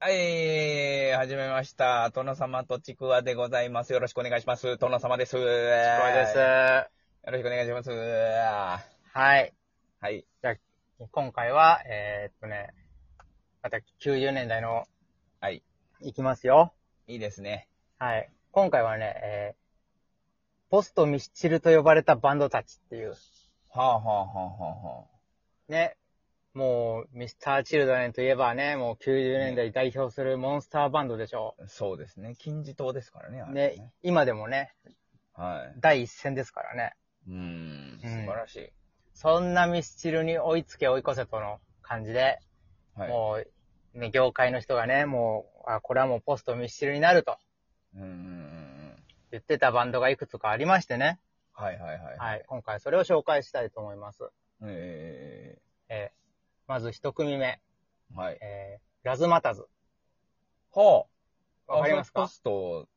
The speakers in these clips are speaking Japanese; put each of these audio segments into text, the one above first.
はい、始めました。殿様とちくわでございます。よろしくお願いします。殿様です。ちく聞こえです。よろしくお願いします。ははい。い。今回は、えーっとね、また90年代の、はい。いきますよ。いいですね。はい。今回はね、えー、ポストミスチルと呼ばれたバンドたちっていう、はあ、はあはあはね。もう、ミスター・チルドレンといえばね、もう90年代代表するモンスターバンドでしょあはあ、そうですね。金字塔ですからね。あう。れはね、今でもね、は第一線ですからね。い。うーん、素晴らしい。そんなミスチルに追いつけ追い越せとの感じで、はい。もう、ね、業界の人がね、もう、あ、これはもうポストミスチルになると。うんうんうんうん。言ってたバンドがいくつかありましてね。はいはいはい。はい。今回それを紹介したいと思います。ええーまず一組目、ー、はい。えーラズマタズ。はあ。わかりますあそかれポスト、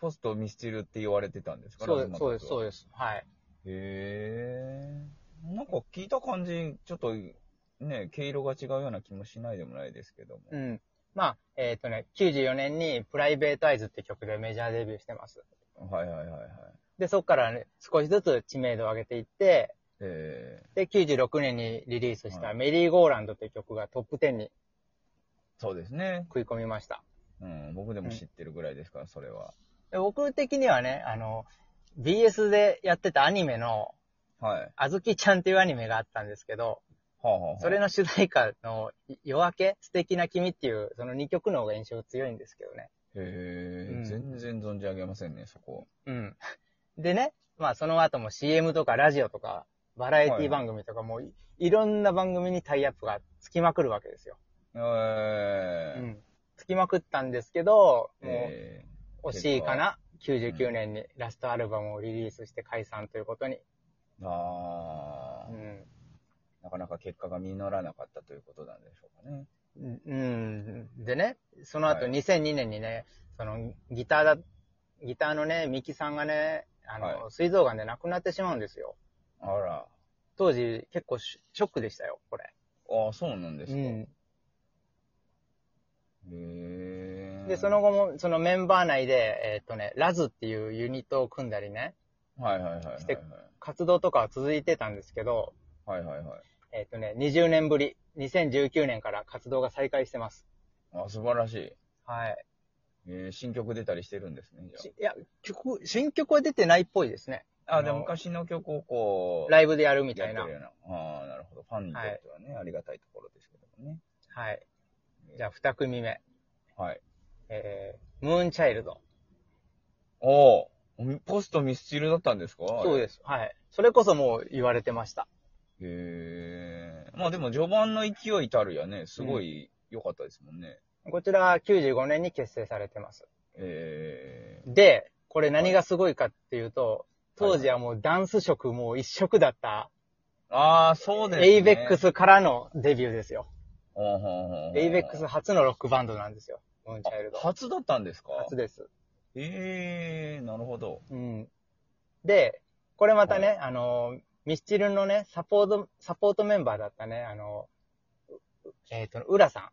ポストミスチルって言われてたんですかそうです、そうです、うそうです。はい。へえ。なんか聞いた感じ、ちょっとね、毛色が違うような気もしないでもないですけども。うん。まあ、えっ、とね、94年にプライベートアイズって曲でメジャーデビューしてます。はいはいはいはい。で、そこから、ね、少しずつ知名度を上げていって、ええで、96年にリリースしはたいメリーゴーランドって曲がトップ10にそうですね。食い込みました。うん、僕でも知ってるぐらいですから、それは。で僕的にはね、あの、BS でやってたアニメの、はい。あずきちゃんっていうアニメがあったんですけど、はあ、はあはあ、それの主題歌のい夜明け、素敵な君っていう、その2曲の方が印象強いんですけどね。へえ、うん全然存じ上げませんね、そこ。うん。でね、まあその後も CM とかラジオとか、バラエティ番組とかもうい、いろんな番組にタイアップがつきまくるわけですよ。えうえん。つきまくったんですけど、もえう惜しいかな。99年にラストアルバムをリリースして解散ということに。えああ、うん。なかなか結果が実らなかったということなんでしょうかね。うん。でね、その後はい2002年にね、そのギターだ、ギターのね、ミキさんがね、あの、はい膵臓がんで亡くなってしまうんですよ。あら。当時結構シショックでしたよ、これ。ああ、そうなんですか。へうえん。で、その後も、そのメンバー内で、えーっ、とね、ラズっていうユニットを組んだりね、はいはいはいはい、はい。して活動とかは続いてたんですけど、はいはいはい。えーっ、とね、20年ぶり、2019年から活動が再開してます。あ、素晴らしい。はい。えー新曲出たりしてるんですね、じしいや、曲、新曲は出てないっぽいですね。ゃあ。ああ、でもの昔の曲をこう、ライブでやるみやたっいてなる。ような。ああ、なるほど。ファンにとってはね、ありがたいところですけどもね。はい。じゃあ、二組目。はい。えー、ムーンチャイルド。おおポストミスチルだったんですか。そうですす。はい。それこそもう言われてました。へえ。まあでも序盤の勢いたるやね、すごい良かったですもんね。こちらは95年に結成されてます。ええで、これ何がすごいかっていうと、当時はもうダンス色もう一色だった、ああ、そうですね。エイベック。スからのデビューですよ。ほうほうほうほうエイベックス初のロックバンドなんですよ。ムーンチャイルド。初だったんですか初です。ええなるほど。うん。で、これまたね、はあの、ミスチルのね、サポート、サポートメンバーだったね、あの、うえっ、と、浦さん。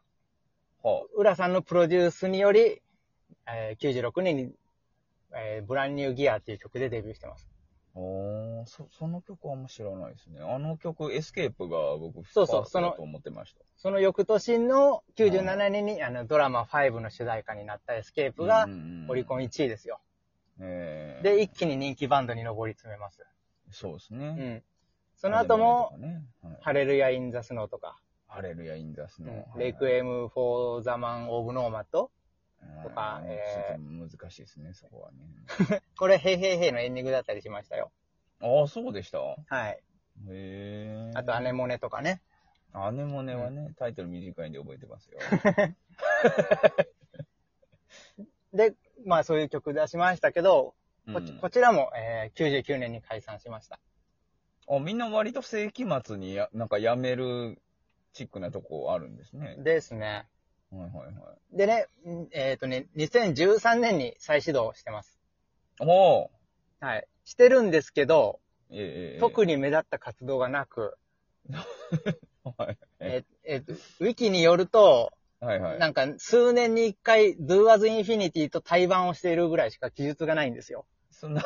は浦さんのプロデュースにより、えー96年に、えーブランニューギアっていう曲でデビューしてます。あ。おーそ、その曲あんま知らないですね。あの曲、エスケープが僕、そうそうファーストだと思ってました。その翌年の97年に、あのドラマ5の主題歌になったエスケープがうんうんうんオリコン1位ですよ。ええで、一気に人気バンドに上り詰めます。そうですうね。ん。その後も、アレルヤとかね、はいハレルヤ・イン・ザ・スノーとか、ハレルヤ・イン・ザ・スうんの。レクエム・フォー・ザ・マン・オブ・ノーマット。ムとかえちょっと難しいですね、そこはね。これ、ヘイヘイヘイのエンディングだったりしましたよ。ああ、そうでしたはい。へえ。あと、アネモネとかね。アネモネはね、タイトル短いんで覚えてますよ。で、まあそういう曲出しましたけど、 こうんこちらも、えー99年に解散しました。あみんな割と世紀末にや、なんかやめるチックなとこあるんですね。ですね。はいはいはい。でね、んえっ、とね、2013年に再始動してます。おーはい。してるんですけど、ええええ特に目立った活動がなく、はい。ええっ、えっと、ウィキによると、はいはい。なんか数年に一回 Do As Infinity と対バンをしているぐらいしか記述がないんですよ。そ んな、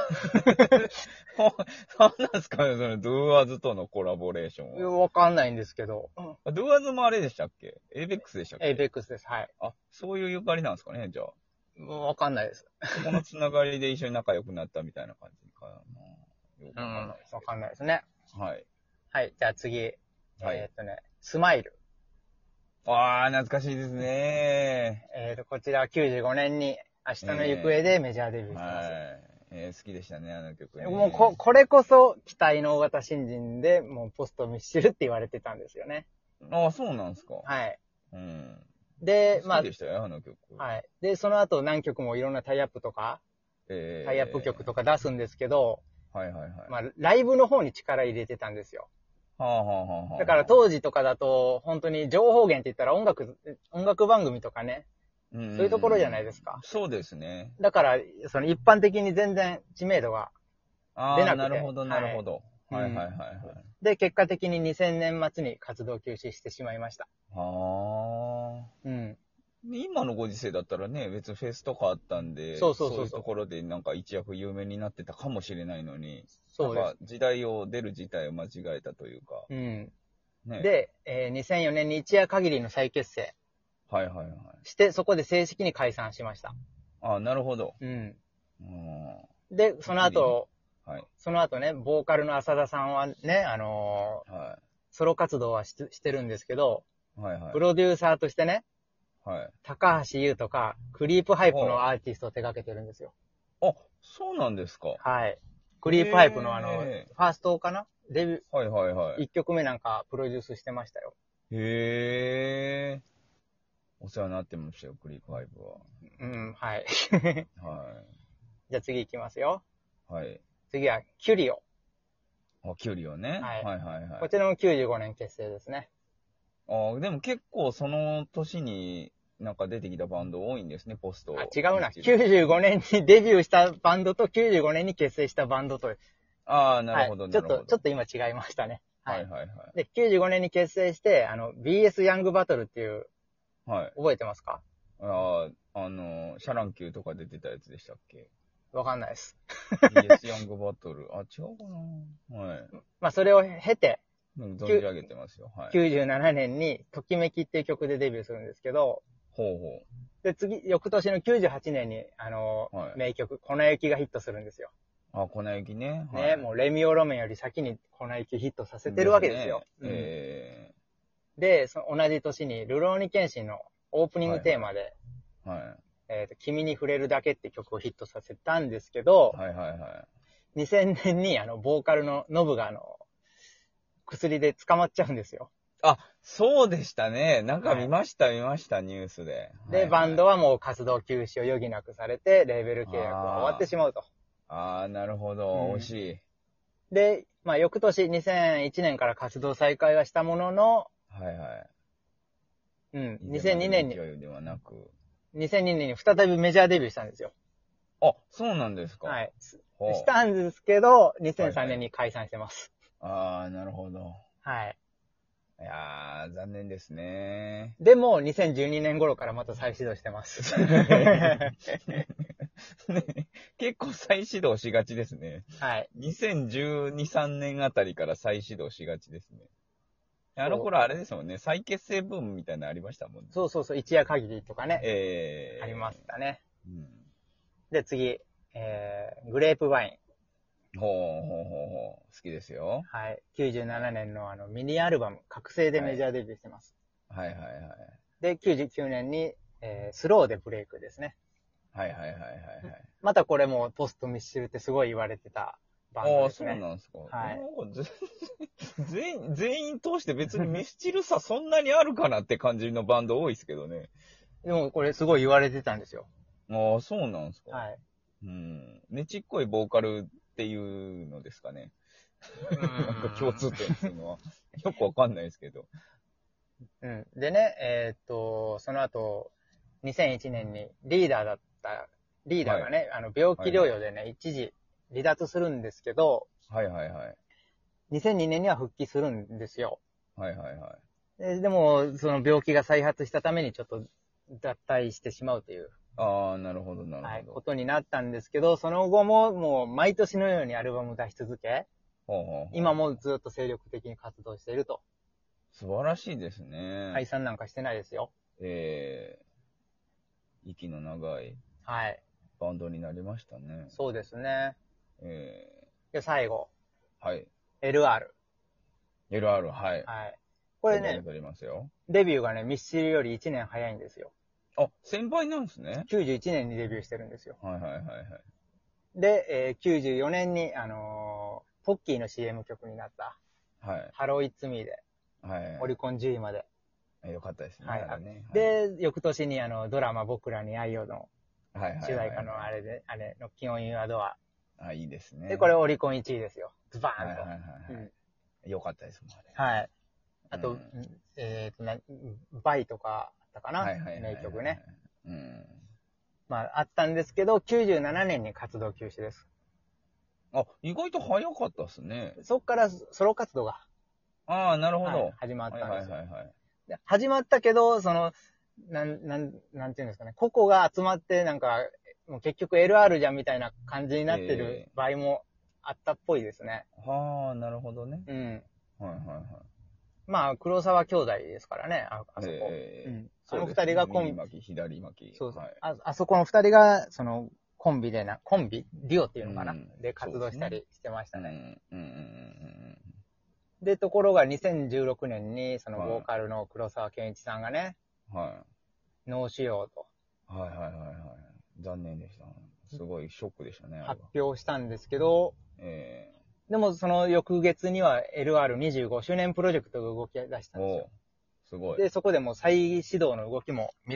ほそうなんですかね、その、ドゥーアズとのコラボレーションは。わかんないんですけど。あドゥーアズもあれでしたっけエイベックスでしたっけエイベックスです。はい。あ、そういうゆかりなんですかね、じゃあ。もうわかんないです。そこのつながりで一緒に仲良くなったみたいな感じかな。よくうん。わかんなわいですけかんないですね。ど。はい。はい。じゃあ次。はいえーっとね、スマイル。あー、懐かしいですね。えーっと、こちらは95年に明日の行方でメジャーデビューしてはます。い。えー好きでしたね、あの曲ね。もうこ、これこそ期待の大型新人で、もうポストミッシルって言われてたんですよね。あ、そうなんですか。はい。うん。で、ま好あきで、したよ、あの曲。はい。で、その後何曲もいろんなタイアップとか、えータイアップ曲とか出すんですけど、はいはいはい。まあ、ライブの方に力入れてたんですよ。はあはあはあはあだから当時とかだと、本当に情報源って言ったら音楽、音楽番組とかね。そうそういうところじゃないですかそうですね。だから、その一般的に全然知名度が。あ出なあ、くなてるほど、なるほど。ははいいはいはいはい。で、結果的に2000年末に活動休止してしまいました。はあ。うん。今のご時世だったらね、別にフェスとかあったんで、そうそうそうそういうところでなんか一躍有名になってたかもしれないのに、そうでなんか。す時代を出る時代を間違えたというか、うん。ね。、で、えー2004年に一夜限りの再結成はいはいはい。して、そこで正式に解散しました。ああ、なるほど。うん。うん。で、その後、はい。その後ね、ボーカルの浅田さんはね、あのはーソロ活動はししてるんですけど、い。はいはい。プロデューサーとしてね、はい。高橋優とか、クリープハイプのアーティストを手掛けてるんですよ。あ、そうなんですか。ははい。クリープハイプのあの、へファーストかなデビュいはいはー、い。 1曲目なんかプロデュースしてましたよ。へえ。お世話になってましたよ、クリープハイブうん、はい。は。はじゃあ次行きますよ。い。はい。次は、キュリオ。あ、キュリオね。はいはいはいはこいちらも95年結成ですね。あでも結構その年になんか出てきたバンド多いんですね、ポスト。あ、違うな。一部95年にデビューしたバンドと95年に結成したバンドと。ああ、なるほはど、い。ちなょっるほど。と、ちょっと今違いましたね。ははいい。はいはい。で、95年に結成して、あの、BS ヤングバトルっていう、はい。覚えてますかああ、あの、シャランキューとかで出てたやつでしたっ けわかんないです。 ?BS ヤングバトル。あ、違うかなはい。まあ、それを経て、なんか存じ上げてますよ。はい。 97年に、ときめきっていう曲でデビューするんですけど、ほうほで、次、翌年の98年に、あの、はい名曲、粉雪がヒットするんですよ。う。あ、粉雪ね。ね、はいもうレミオロメンより先に粉雪ヒットさせてるわけですよ。ねうんえで、その同じ年に、ルローニケンシンのオープニングテーマで、えはい。えーと、君に触れるだけって曲をヒットさせたんですけど、はいはいはい。 2000年にあの、ボーカルのノブがあの、薬で捕まっちゃうんですよ。あ、そうでしたね。なんか見ました、見ました、ニュースで。はで、いはいバンドはもう活動休止を余儀なくされて、レーベル契約は終わってしまうと。ああ、なるほど、う惜んしい。で、まあ、翌年2001年から活動再開はしたものの、はいはい。うん、2002年に、勢いではなく。 2002年に再びメジャーデビューしたんですよ。あ、そうなんですか。。はいい。したんですけど、2003はいは年いに解散してます。ああ、なるほど。はい。いやー、残念ですね。 でも、2012年頃からまた再始動してます。結構再始動しがちですね。はい。 2012、3年あたりから再始動しがちですね。あの頃あれですもんね、再結成ブームみたいなのありましたもんね。そうそうそう、一夜限りとかね、ええありまし。たね。うんで、次、えー、グレープワイン。ほうほうほうほう。好きですよ。はい。97年のあの、ミニアルバム、覚醒でメジャーデビューしてます。はいはいはい。で、99年に、えー、スローでブレイクですね。はいはいはいはいまたこれもポストミッシュルってすごい言われてたバンはい。あドあ、ですそうね。なんですか。はいなんか全 然、全員、全員通して別にミスチルさそんなにあるかなって感じのバンド多いですけどね。でもこれすごい言われてたんですよ。ああ、そうなんですか。はい。うん。ねちっこいボーカルっていうのですかね。なんか共通点っていうのは。 よくわかんないですけど。うん。でね、えーっと、その後、2001年にリーダーだった、リーダーがね、あの病気療養でね、一時離脱するんですけど、はいはいはい。 2002年には復帰するんですよ。はいはいはい。ででも、その病気が再発したためにちょっと脱退してしまうという、ああ、なるほど、なはい、るこほど。とになったんですけど、その後ももう毎年のようにアルバムを出し続け、ほうほうほう今もずっと精力的に活動していると。素晴らしいですね。解散なんかしてないですよ。えー、息の長いはい。バンドになりましたね。そうですね。えで、最後、ー、はい。 LR。はい。 LR、はい。これ先輩ねで、撮りますよ。デビューがね、ミッシルより1年早いんですよ。あ、先輩なんですね。 91年にデビューしてるんですよ。はいはいはいはい。で、えー94年に、あのーポッキーの CM 曲になった、はい。ハローイッツミーで、はい。オリコン10位まで。えよかったですね。はいあれね、で、翌年にあの、ドラマ僕らに愛をのはい、はいはいはい主題歌のあれで、あれ、の気温ユアドア。あ、いいですね。で、これオリコン1位ですよ。ズバはいーンはと。いはい、はいよかったですもん、あれ。はい。あと、うんうんえっ、と、な、バイとかあったかな、はいはいはいはい名曲ね。。うん。まあ、あったんですけど、97年に活動休止です。あ、意外と早かったですね。そこからソロ活動が、ああ、なるほど。はい始まったんですよ、はいはいはいはい。で始まったけど、その、なん、なん、なんていうんですかね、個々が集まって、なんか、もう結局 LR じゃんみたいな感じになってえる場合もあったっぽいですね。はあ、なるほどね。うん。はいはいはい。まあ、黒沢兄弟ですからね、ああそこ。ええうんそうですあの二人がコンビ右巻き、左巻き。そうそう、はいあ。あそこの二人が、その、コンビでな、コンビデュオっていうのかな、うんで活動したりしてましたうんね。うんうんうんで、ところが2016年に、そのはいボーカルの黒沢健一さんがね、うん。はい。脳腫瘍とはいはいはいはい。残念でした。すごいショックでしたね、あれ発は。表したんですけど、えでもその翌月には LR25 周年プロジェクトが動き出しえたんですおよう。すごい。で、そこでもう再始動の動きも見られ